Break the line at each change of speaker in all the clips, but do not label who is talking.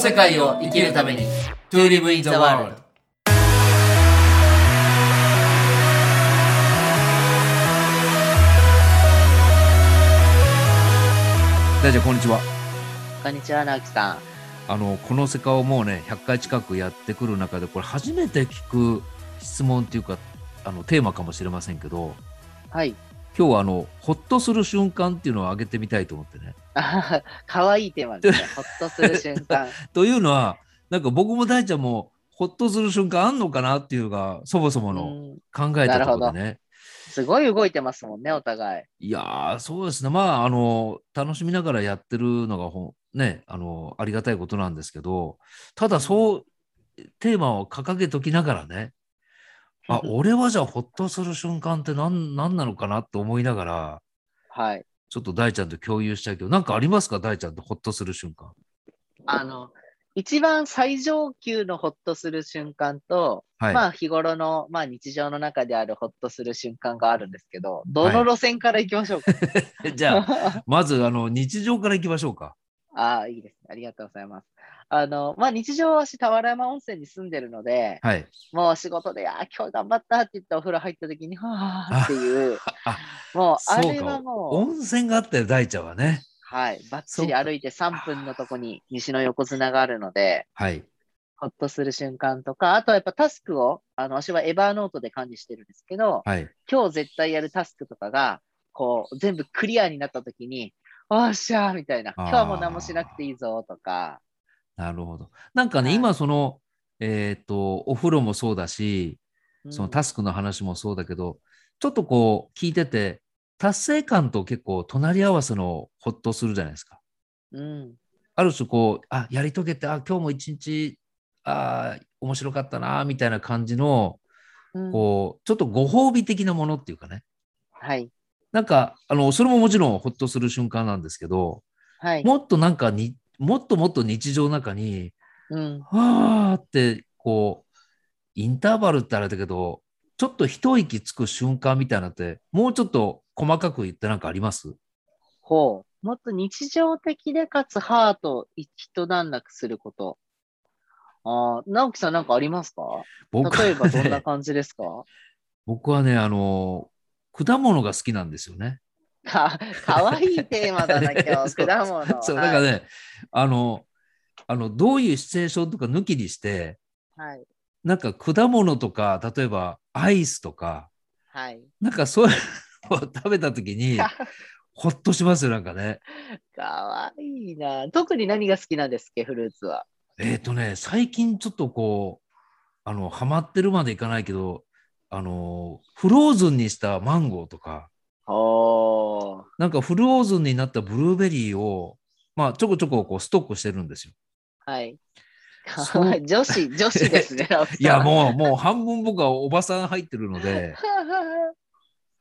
世界を生きるために To live in the world
大ちゃんこんにちは
こんにちは、直樹さん。
あのこの世界をもうね100回近くやってくる中でこれ初めて聞く質問っていうかあのテーマかもしれませんけど
はい。
今日はあのホッとする瞬間っていうのを挙げてみたいと思ってね
かわいいテーマ ですね。ほっとする瞬 間。
というのはなんか僕も大ちゃんもホッとする瞬間あんのかなっていうのがそもそも
う
の
ん
考えたところでね、
すごい動いてますもんね、お互い。
いやーそうですねまああの楽しみながらやってるのがほんねあのありがたいことなんですけどただそうテーマを掲げときながらね あ俺はじゃあホッとする瞬間って何何なのかなと思いながら
はい。
ちょっと大ちゃんと共有したいけどなんかありますか大ちゃんとホッとする瞬間
あの、一番最上級のほっとする瞬間と、
はい、
まあ日頃の、まあ日常の中であるほっとする瞬間があるんですけど、どの路線から行きましょうか、
じゃあまずあの日常からいきましょうか
ああ、いいですね。ありがとうございます。あの、まあ、日常は私、俵山温泉に住んでるので、
はい
もう仕事で、ああ、今日頑張ったって言ってお風呂入った時に、はあって いう、
あ
もう、
そ
あ
うか
れはもう、
温泉があったよ大ちゃんはね
はい、ばっ
そ
ち
う
り
か
歩いて3分のとこに西の横綱があるので、
はい
ほっとする瞬間とか、あとはやっぱタスクを、あの、私はエバーノートで管理してるんですけど、
はい
今日絶対やるタスクとかが、こう、全部クリアになった時に、おっしゃーみたいな、
あー
今日はもう何もしなくていいぞとか、
なるほど。なんかね、
はい
今その、えっ、と、お風呂もそうだし、そのタ
ス
スクの話もそうだけど、ちょっとこう、聞いてて、達成感と結構隣り合わせのほっとするじゃないですか。
ク、うん、
ある種こう、あ、やり遂げて、あ、今日も一日、あー面白かったな、みたいな感じの、
うん
こう、ちょっとご褒美的なものっていうかね。
はい。
なんか、あの、それももちろんほっとする瞬間なんですけど、
はい。
もっとなんかに、もっともっと日常の中に、
うん。
はあってこうインターバルってあれだけどちょっと一息つく瞬間みたいなのってもうちょっと細かく言ってなんかあります
ほう。もっと日常的でかつハートを一段落すること。ああ、直樹さんなんかありますか
僕は
例
ね
えばどんな感じですか
僕はねあの果物が好きなんですよね。
かかわいいテーマだな、今日。
そう
果物。
そうだからね、あのあのどういうシチュエーションとか抜きにして
はい。はい。
なんか果物とか例えばアイスとか
はい
なんかそういうのを食べた 時にほっとしますよなんかね。
かわいいな。特に何が好きなんですっけ、フルーツは。
えっ、とね、最近ちょっとこう、あの、ハマってるまでいかないけど、あの、フローズンにしたマンゴーとか、
おー。
なんかフローズンになったブルーベリーを、まあ、ちょこちょここうストックしてるんですよ。
はい。か
そう
わいい。女子、女子です ね、直樹さん
いや、もう、もう半分僕はおばさん入ってるので、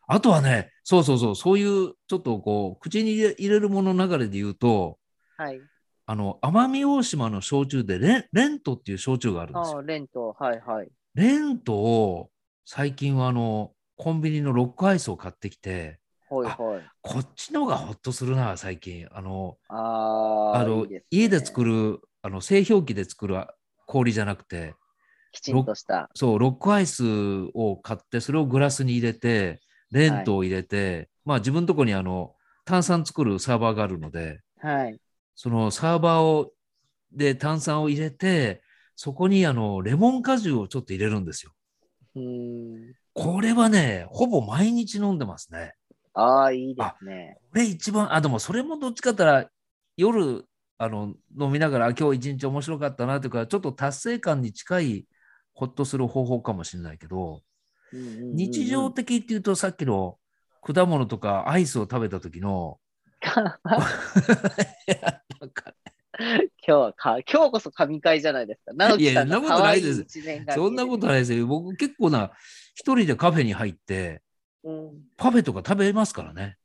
あとはね、そうそうそう、そういう、ちょっとこう、口に入れ入れるもの流れで言うと、
はい。
あの、奄美大島の焼酎でレン、レントっていう焼酎があるんです
あ
よ。
あ、レント、はいはい。
レントを、最近はあの、コンビニのロックアイスを買ってきて、
ほいほい。
こっちの方がホッとするな、最近。あの、
あ
あ
あ、い
の
いすね
家で作る、あの製氷機で作るあ氷じゃなくて、
きちんとした。
そう、ロックアイスを買って、それをグラスに入れて、レントを入れて、まあ自分のとこにあの炭酸作るサーバーがあるので、
はい。
そのサーバーをで炭酸を入れて、そこにあのレモン果汁をちょっと入れるんですよ。
うーん。
これはね、ほぼ毎日飲んでますね。
ああ、いいですね。
これ一番、あ、でもそれもどっちかって言ったら、夜、あの、飲みながら、あ今日一日面白かったなというか、ちょっと達成感に近い、ほっとする方法かもしれないけど、
うんうんうんうん
日常的っていうと、さっきの果物とかアイスを食べた時の、いやなんか
今日はか、今日こそ神回じゃないですか。直樹さんの
いやそんなこと
可
ない
愛い
です
一面が見える
そんなことないですよ。僕、結構な、一人でカフェに入って、
うん
パフェとか食べますからね。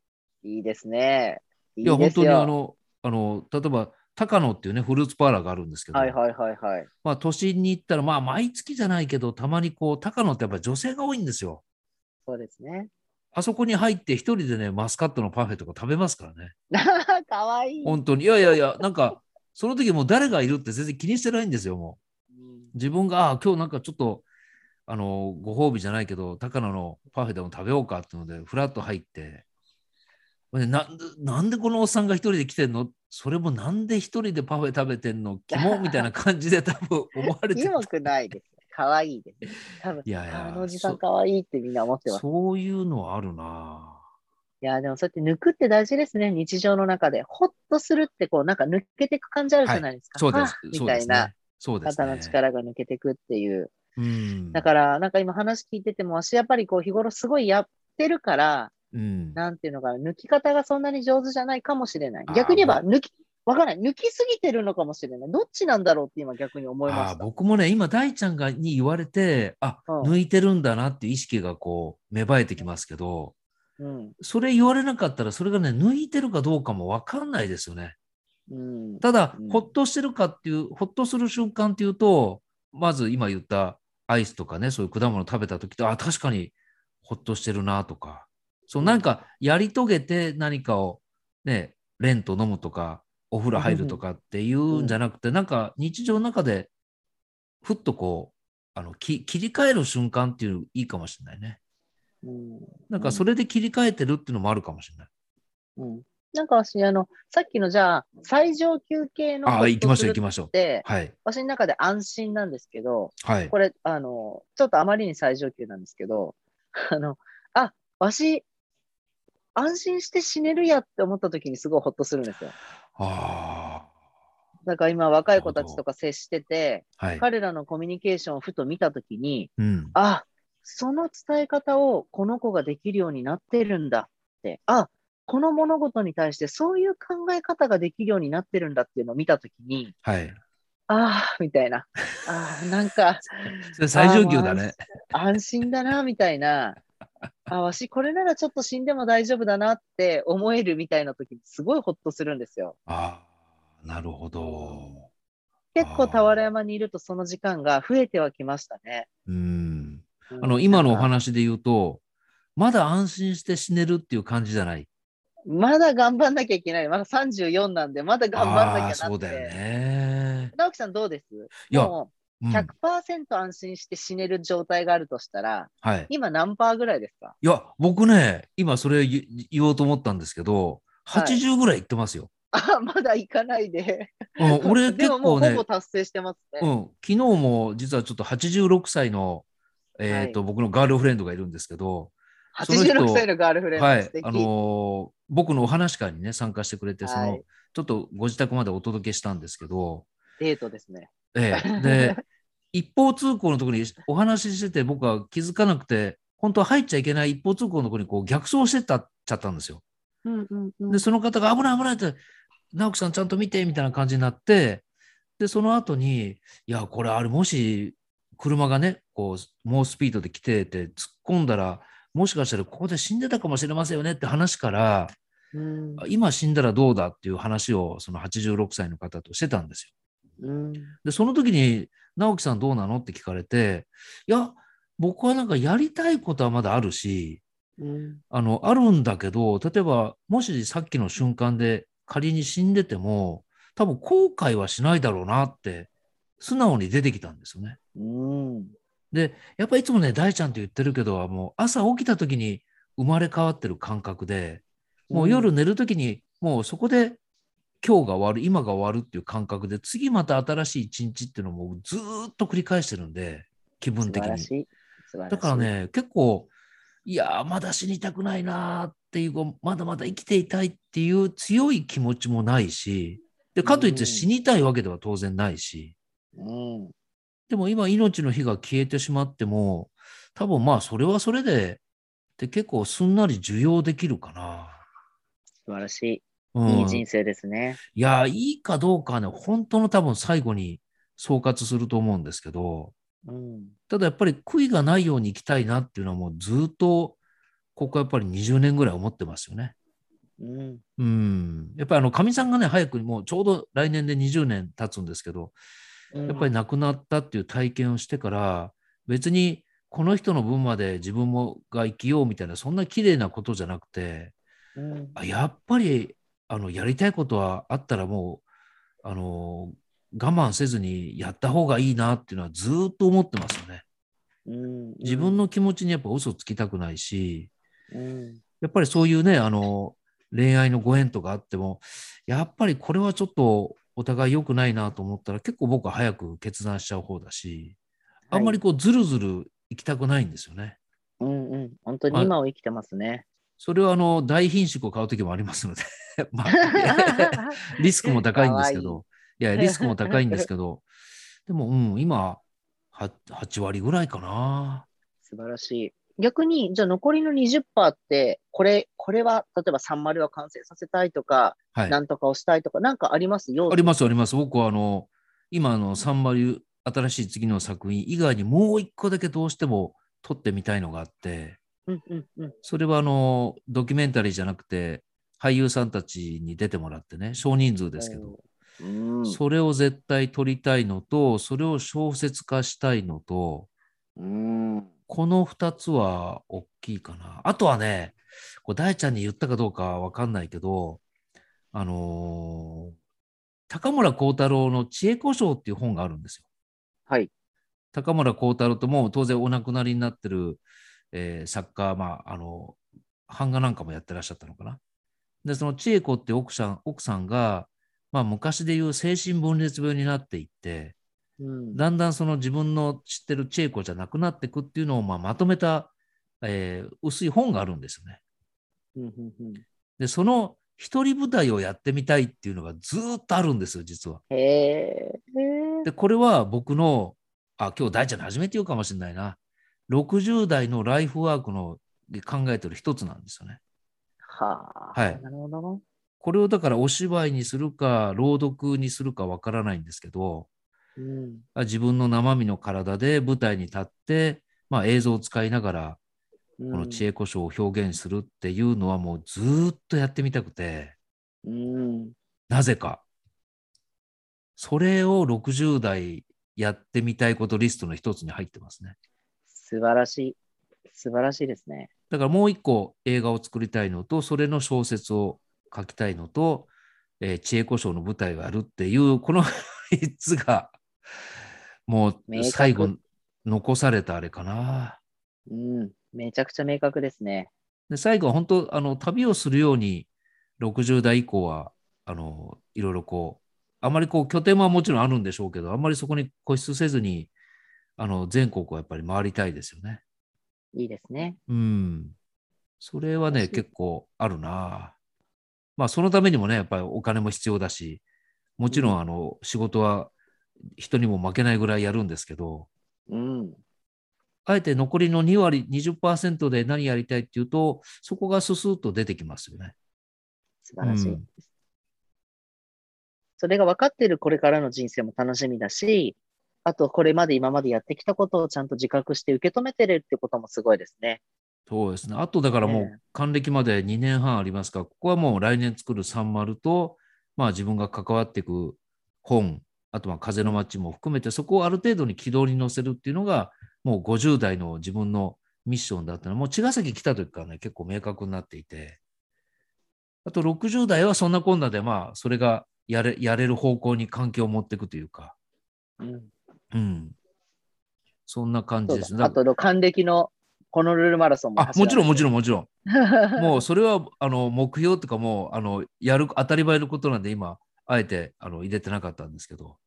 いいですね。いい
いや、
で
本
す
当に
よ
あの、あの、例えば、高野っていうね、フルーツパーラーがあるんですけど、
はいはいはいはい。
まあ、都心に行ったら、まあ、毎月じゃないけど、たまにこう、高野ってやっぱり女性が多いんですよ。
そうですね。
あそこに入って、一人でね、マスカットのパフェとか食べますからね。
かわいい。
本当に。いやいやいや、なんか、その時もう誰がいるって全然気にしてないんですよ、も
うん
う。自分が、ああ、今日なんかちょっと、あの、ご褒美じゃないけど、高菜のパフェでも食べようかっていうので、ふらっと入って、でなんでなんでこのおっさんが一人で来てんのそれもなんで一人でパフェ食べてんのキモみたいな感じで多分思われて
うまくないです。可愛いです。多分
いやいや
あのおじさん可愛いってみんな思ってます。
そういうのはあるな。
いや、でもそうやって抜くって大事ですね、日常の中で。ほっとするって、こう、なんか抜けていく感じあるじゃないですか。
そうです
はあ。
そ
み
う
た
で
い
す
な
ね。そうです、ね。
肩の力が抜けていくっていう。
うん。
だから、なんか今話聞いてても、私やっぱりこう、日頃すごいやってるから、
うん、
なんていうのかな、抜き方がそんなに上手じゃないかもしれない
あ。ー
逆に言えば、抜き、わからない。抜きすぎてるのかもしれない。どっちなんだろうって今逆に思いま
あ
し
ー
た。
僕もね、今、大ちゃんがに言われて、あ、
うん
抜いてるんだなっていう意識がこう、芽生えてきますけど、
うん。
それ言われなかったら、それがね、抜いてるかどうかも分かんないですよね。
うん。
ただ
うん、
ほっとしてるかっていう、ほっとする瞬間っていうと、まず今言ったアイスとかね、そういう果物食べた時と、あ、確かにほっとしてるなとか、そう、なんかやり遂げて何かをね、レント飲むとか、お風呂入るとかっていうんじゃなくて、なんか日常の中で、ふっとこう、あのき切り替える瞬間っていうのいいかもしれないね。
うん。
なんかそれで切り替えてるっていうのもあるかもしれない。
うん。なんか私、あの、さっきのじゃあ、最上級系のホ
ああ、
ッ
行き
と
ますしょう
る
行きましょう
っ。て、
はい。
私の中で安心なんですけど、
はい。
これ、あの、ちょっとあまりに最上級なんですけど、 あの、あ、わし、安心して死ねるやって思った時にすごいホッとするんですよ。
あ
だから今若い子たちとか接してて、
あ。はい。
彼らのコミュニケーションをふと見た時に、
うん。
あ、その伝え方をこの子ができるようになってるんだって、あ、この物事に対してそういう考え方ができるようになってるんだっていうのを見た時に、
はい。
ああ、みたいな。ああ、なんか、
それ最上級だね。
安心だな、みたいな。あ、わし、これならちょっと死んでも大丈夫だなって思えるみたいな時にすごいホッとするんですよ。
ああ、なるほど。
結構、俵山にいるとその時間が増えてはきましたね。
うん。
うん
あの、今のお
なんか
話で言うと、まだ安心して死ねるっていう感じじゃない。
まだ頑張んなきゃいけない。まだ34なんで、まだ頑張んなきゃ
あ
なっ
あ、
て。
そうだよね。
直樹さんどうです
いや、
も
う、
うん100%安心して死ねる状態があるとしたら、
はい。
今何パーぐらいですか
いや、僕ね、今それ言言おうと思ったんですけど、
はい
80ぐらいいってます よ。
あ、まだ行かないで。
うん、俺
で
結
もも
構
うほ
ね
ぼ、達成してますね。
うん、昨日も実はちょっと86歳の、えっ、と、僕のガールフレンドがいるんですけど、その人
86歳のガールフレンド、
はい
素敵。
あのー僕のお話会にね参加してくれてその、
はい
ちょっとご自宅までお届けしたんですけど、
デートですね。
え え、で一方通行のところにお話ししてて僕は気づかなくて本当は入っちゃいけない一方通行のところにこう逆走してったっちゃったんですよ。
うんうんう
でその方が危ない危ないって直樹さんちゃんと見てみたいな感じになってでその後にいやこれあれもし車がねこう猛スピードで来てて突っ込んだらもしかしたらここで死んでたかもしれませんよねって話から
うん
今死んだらどうだっていう話をその86歳の方としてたんですよ。
うん
でその時に「直樹さんどうなの?」って聞かれて「いや僕はなんかやりたいことはまだあるし
うん
あのあるんだけど例えばもしさっきの瞬間で仮に死んでても多分後悔はしないだろうな」って素直に出てきたんですよね。
うん
でやっぱいつもね大ちゃんって言ってるけどもう朝起きた時に生まれ変わってる感覚でもう夜寝る時にもうそこで今日が終わる今が終わるっていう感覚で次また新しい一日っていうのもずーっと繰り返してるんで気分
素
的
晴ら
に
し。い。素晴らしい。
だからね結構いやーまだ死にたくないなーっていうこうまだまだ生きていたいっていう強い気持ちもないしでかといっ
うん
て死にたいわけでは当然ないし。
うん、
でも今命の火が消えてしまっても多分まあそれはそれでで結構すんなり受容できるかな。
素晴らしい。
うん、
いい人生ですね。
いやいいかどうかはね本当の多分最後に総括すると思うんですけど
うん。
ただやっぱり悔いがないように生きたいなっていうのはもうずっとここやっぱり20年ぐらい思ってますよね。
うん。
うん、やっぱりあのかみさんがね早くにもうちょうど来年で20年経つんですけど
うん
やっぱり亡くなったっていう体験をしてから別にこの人の分まで自分もが生きようみたいなそんな綺麗なことじゃなくて
うん
あやっぱりあのやりたいことはあったらもうあの、我慢せずにやった方がいいなっていうのはずーっと思ってますよね。
うん、
自分の気持ちにやっぱ嘘つきたくないし、
うん、
やっぱりそういうね、あの、恋愛のご縁とかあっても、やっぱりこれはちょっとお互い良くないなと思ったら結構僕は早く決断しちゃう方だし、あんまりこうずるずる行きたくないんですよね。
うんうん、本当
ま
に
あ
今を生きてます ね。
それはあの、大品種を買う時もありますので、 まあ、リスクも高いんです
かわ
けど、いや、リスクも高いんです けど、でも、うん、今、は8割ぐらいかな。
素晴らしい。逆に、じゃあ残りの20%って、これ、これは、例えば30は完成させたいとか、
はい。
な
あ
んとかをしたいとか、なんかありますよ。
ります、あります。僕は、あの、今あの、サンマリュ、新しい次の作品以外にもう一個だけどうしても撮ってみたいのがあって、
うんうんうん。
それはあの、ドキュメンタリーじゃなくて、俳優さんたちに出てもらってね、少人数ですけど、
うん。
それを絶対撮りたいのと、それを小説化したいのと、
うん。
この2つは大きいかな。あとはね、これ大ちゃんに言ったかどうかわかんないけど、あのー高村光太郎の知恵故障っていう本があるんですよ。
はい。
高村光太郎ともう当然お亡くなりになってる、えー作家、まあ、あの、版画なんかもやってらっしゃったのかな。で、その千恵子って奥さん、奥さんが、まあ昔でいう精神分裂病になっていって、
うん。
だんだんその自分の知ってる千恵子じゃなくなっていくっていうのをまあまとめた、えー薄い本があるんですよね。
うんうんうん
で、その一人舞台をやってみたいっていうのがずーっとあるんですよ、実は。
へえ。
で、これは僕の、あ、今日大ちゃんに初めて言うかもしれないな。60代のライフワークので考えてる一つなんですよね。
はあ。
はい
なるほど。
これをだからお芝居にするか、朗読にするかわからないんですけど、
うん。
あ自分の生身の体で舞台に立って、まあ映像を使いながら、
こ
この知恵故障を表現するっていうのはもうずーっとやってみたくて、
うん。
なぜか。それを60代やってみたいことリストの一つに入ってますね。
素晴らしい。素晴らしいですね。
だからもう一個映画を作りたいのと、それの小説を書きたいのと、えー知恵故障の舞台をやるっていう、この3つが、も
明
う
確
最後残されたあれかな。
うん。めちゃくちゃ明確ですね。
で最後は本当、あの、旅をするように、60代以降は、あの、いろいろこう、あまりこう、拠点はもちろんあるんでしょうけど、あんまりそこに固執せずに、あの、全国をやっぱり回りたいですよね。
いいですね。
うん。それはね、
確かに
結構あるな。まあ、そのためにもね、やっぱりお金も必要だし、もちろ、
うん
あの、仕事は人にも負けないぐらいやるんですけど、
うん。
あえて残りの2割、20%で何やりたいっていうと、そこがススッと出てきますよね。
素晴らしい。
うん
それが分かってるこれからの人生も楽しみだし、あとこれまで今までやってきたことをちゃんと自覚して受け止めてるってこともすごいですね。
そうですね。あとだからも
え
う還暦まで2年半ありますから、ここはもう来年作るサンマルと、まあ自分が関わっていく本、あとは風の街も含めて、そこをある程度に軌道に乗せるっていうのが、もう50代の自分のミッションだったのは、もう茅ヶ崎来た時からね、結構明確になっていて、あと60代はそんなこんなで、まあそれがやれやれる方向に関係を持っていくというか、
うん。
うん。そんな感じ
そう
ですね。
だ。あ
だから
と、還暦のホノルルマラソンも
あ、もちろんもちろ
ん。
んもちろん。 もうそれはあの目標とかもあのやる当たり前のことなんで今あえてあの入れてなかったんですけど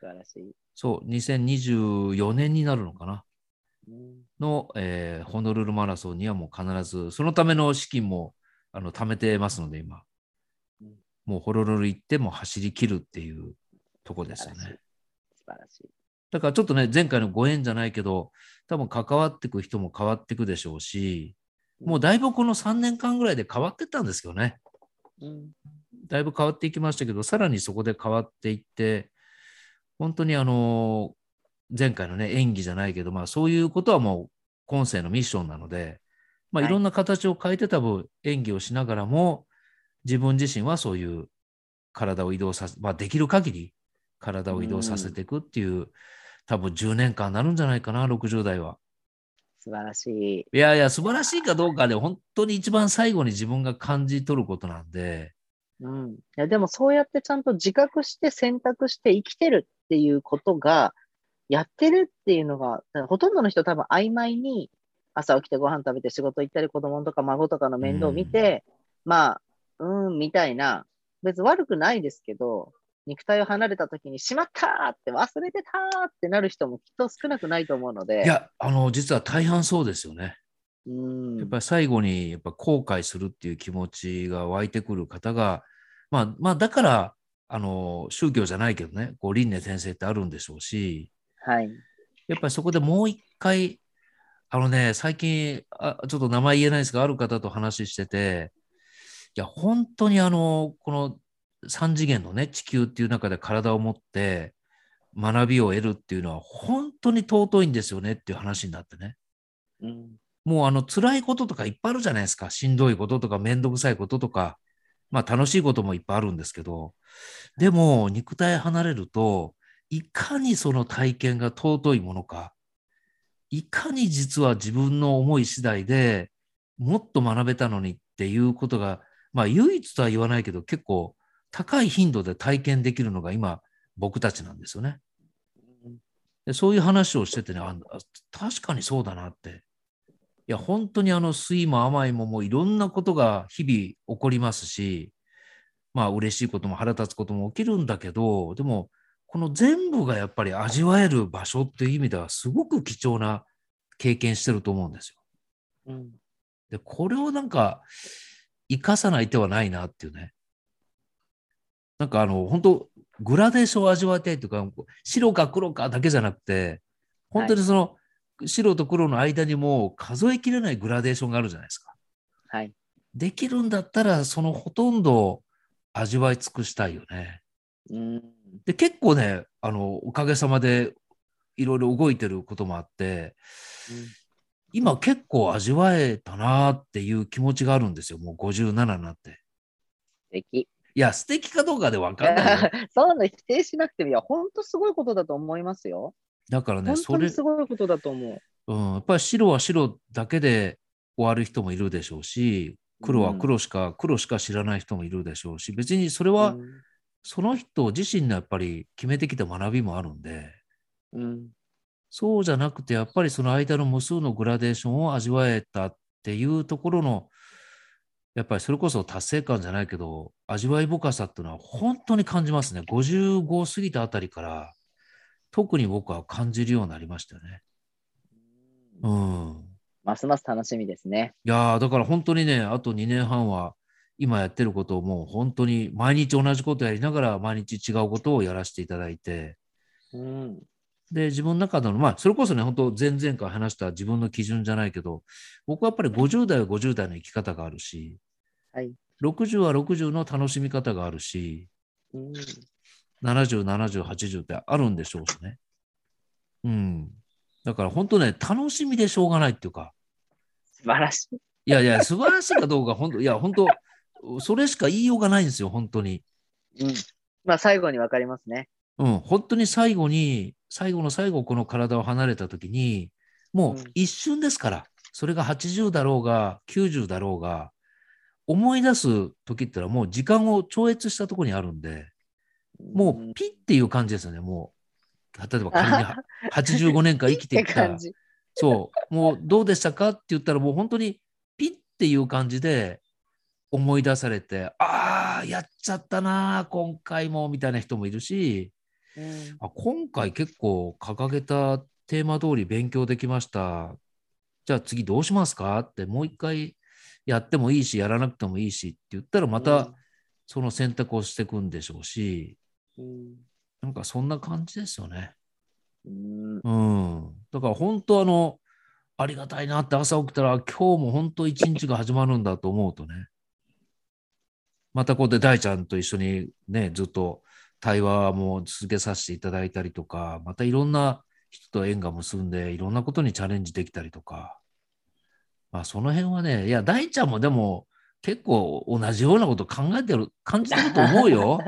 素晴らしい。
そう2024年になるのかな
うん
の、えーホノルルマラソンにはもう必ずそのための資金もあの貯めてますので今
うん
もうホノルル行ってもう走り切るっていうとこですよ
素晴らし
ね
い。素晴らしい。
だからちょっとね前回のご縁じゃないけど多分関わってく人も変わってくでしょうしもうだいぶこの3年間ぐらいで変わってったんですけどね。
うん。
だいぶ変わっていきましたけど、さらにそこで変わっていって、本当にあの、前回のね、演技じゃないけど、まあそういうことはもう今世のミッションなので、まあ
はいい
ろんな形を変えて多分演技をしながらも、自分自身はそういう体を移動させ、まあできる限り体を移動させていくっていう、多分10年間になるんじゃないかな、60代は。
素晴らしい。
いやいや、素晴らしいかどうかで、本当に一番最後に自分が感じ取ることなんで、
うん。いや、でもそうやってちゃんと自覚して選択して生きてるっていうことが、やってるっていうのが、ほとんどの人多分曖昧に、朝起きてご飯食べて仕事行ったり、子供とか孫とかの面倒を見て、まあ、うーん、みたいな、別に悪くないですけど、肉体を離れた時に、しまったーって忘れてたーってなる人もきっと少なくないと思うので、
いや、あの、実は大半そうですよね。
うん、
やっぱり最後にやっぱ後悔するっていう気持ちが湧いてくる方が、まあ、まあだからあの宗教じゃないけどねこう輪廻転生ってあるんでしょうし
はい。
やっぱりそこでもう一回あのね最近あちょっと名前言えないですがある方と話してていや本当にあのこの3次元のね地球っていう中で体を持って学びを得るっていうのは本当に尊いんですよねっていう話になってね。
うん、
もうあの辛いこととかいっぱいあるじゃないですか。しんどいこととかめんどくさいこととか、まあ楽しいこともいっぱいあるんですけど、でも肉体離れると、いかにその体験が尊いものか、いかに実は自分の思い次第でもっと学べたのにっていうことが、まあ唯一とは言わないけど結構高い頻度で体験できるのが今僕たちなんですよね。でそういう話をしててね、ああ確かにそうだなって。いや、本当にあの、酸いも甘いももういろんなことが日々起こりますし、まあ、嬉しいことも腹立つことも起きるんだけど、でも、この全部がやっぱり味わえる場所っていう意味では、すごく貴重な経験してると思うんですよ。
うん、
で、これをなんか、生かさない手はないなっていうね。なんかあの、本当グラデーションを味わいたいというか、白か黒かだけじゃなくて、本当にその、白と黒の間にもう数えきれないグラデーションがあるじゃないですか。
はい。
できるんだったら、そのほとんどを味わい尽くしたいよね。
うん、
で、結構ね、あの、おかげさまで、いろいろ動いてることもあって、今結構味わえたなっていう気持ちがあるんですよ。もう57になって。
素敵。
いや、素敵かどうかでわかんない よ。
そういうの否定しなくてもいいや、本当すごいことだと思いますよ。
だからね、
本
そ
当
れ
に、すごいことだと思う。
うん、やっぱり白は白だけで終わる人もいるでしょうし、黒は黒しか、黒しか知らない人もいるでしょうし、別にそれはその人自身のやっぱり決めてきた学びもあるんで、
うん、うん
そうじゃなくて、やっぱりその間の無数のグラデーションを味わえたっていうところの、やっぱりそれこそ達成感じゃないけど、味わい深さっていうのは本当に感じますね。55過ぎたあたりから、特に僕は感じるようになりましたよね。うん。
ますます楽しみですね。
いやーだから本当にね、あと2年半は、今やってることをもう本当に毎日同じことやりながら、毎日違うことをやらせていただいて、
うん、
で、自分の中での、まあ、それこそね、本当前々回話した自分の基準じゃないけど、僕はやっぱり50代は50代の生き方があるし、
はい。
60は60の楽しみ方があるし、
うん、
70、70、80ってあるんでしょうしね。うん。だから本当ね、楽しみでしょうがないっていうか、
素晴らしい。
いやいや、素晴らしいかどうか、本当いや、本当それしか言いようがないんですよ、本当に。
うん、まあ最後に分かりますね。
うん、本当に最後に、最後の最後、この体を離れた時に、も
う
うん一瞬ですから、それが80だろうが、90だろうが、思い出す時ってのはもう時間を超越したところにあるんで、もうピッっていう感じですよね、もう。例えば仮には85年間生きて
て
きたら
感、じ。
そう、もうどうでしたかって言ったら、もう本当にピッっていう感じで思い出されて、ああ、やっちゃったな、今回も、みたいな人もいるし、
うん、
あ今回結構掲げたテーマ通り勉強できました。じゃあ次どうしますかってもう一回やってもいいしやらなくてもいいしって言ったらまたその選択をしていくんでしょうし、
うん、
なんかそんな感じですよね。
うん、
うん。だから本当あの、ありがたいなって朝起きたら今日も本当一日が始まるんだと思うとね。またこうで大ちゃんと一緒にね、ずっと対話も続けさせていただいたりとか、またいろんな人と縁が結んでいろんなことにチャレンジできたりとか。まあその辺はね、いや大ちゃんもでも結構同じようなこと考えてる、感じてると思うよ。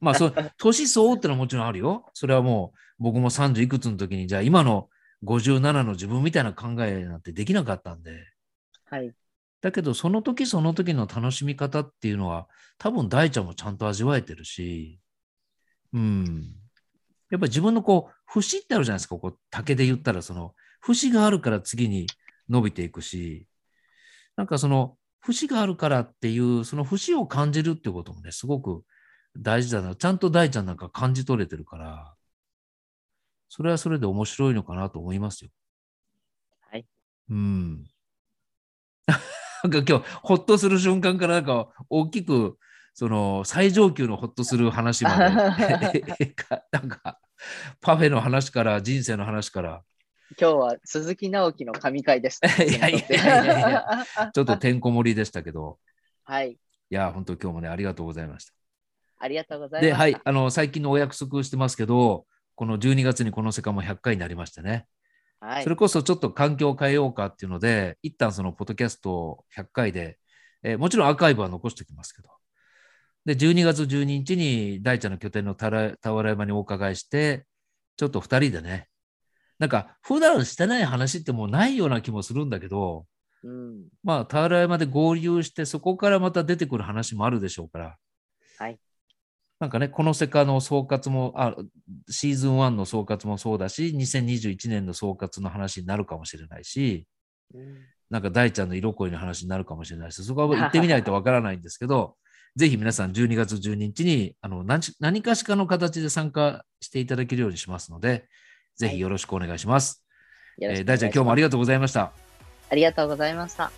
まあそう、年相応ってのはもちろんあるよ。それはもう、僕も30いくつの時に、じゃあ今の57の自分みたいな考えなんてできなかったんで、
はい。
だけど、その時その時の楽しみ方っていうのは、多分大ちゃんもちゃんと味わえてるし、うん。やっぱり自分のこう、節ってあるじゃないですか、こう、竹で言ったら、その、節があるから次に伸びていくし、なんかその、節があるからっていう、その節を感じるってこともね、すごく大事だな。ちゃんと大ちゃんなんか感じ取れてるから、それはそれで面白いのかなと思いますよ。
はい。
うん。 なんか今日、ほっとする瞬間からなんか大きく、その最上級のほっとする話まで、 なんかパフェの話から人生の話から、
今日は鈴木直樹の神回です。
いやいやいやいやいやちょっとてんこ盛りでしたけど、
はい。
いや、本当今日もね、ありがとうございました。
ありがとうございます。
で、はい、あの、最近のお約束してますけど、この12月にこの世界も100回になりましてね、
はい。
それこそちょっと環境を変えようかっていうので、一旦そのポッドキャストを100回で、えーもちろんアーカイブは残しておきますけど、で、12月12日に大ちゃんの拠点のたら俵山にお伺いして、ちょっと2人でね、なんか普段してない話ってもうないような気もするんだけど、
うん。
まあ、俵山で合流して、そこからまた出てくる話もあるでしょうから。
はい。
なんかね、この世界の総括も、あ、シーズン1の総括もそうだし、2021年の総括の話になるかもしれないし、
うん
なんか大ちゃんの色恋の話になるかもしれないし、そこは行ってみないとわからないんですけど、 ぜひ皆さん12月12日にあの何し何かしかの形で参加していただけるようにしますので、ぜひよろしくお願いします。
よろしくお願い
えー大
し
ちゃん、
ます
今日もありがとうございました。
ありがとうございました。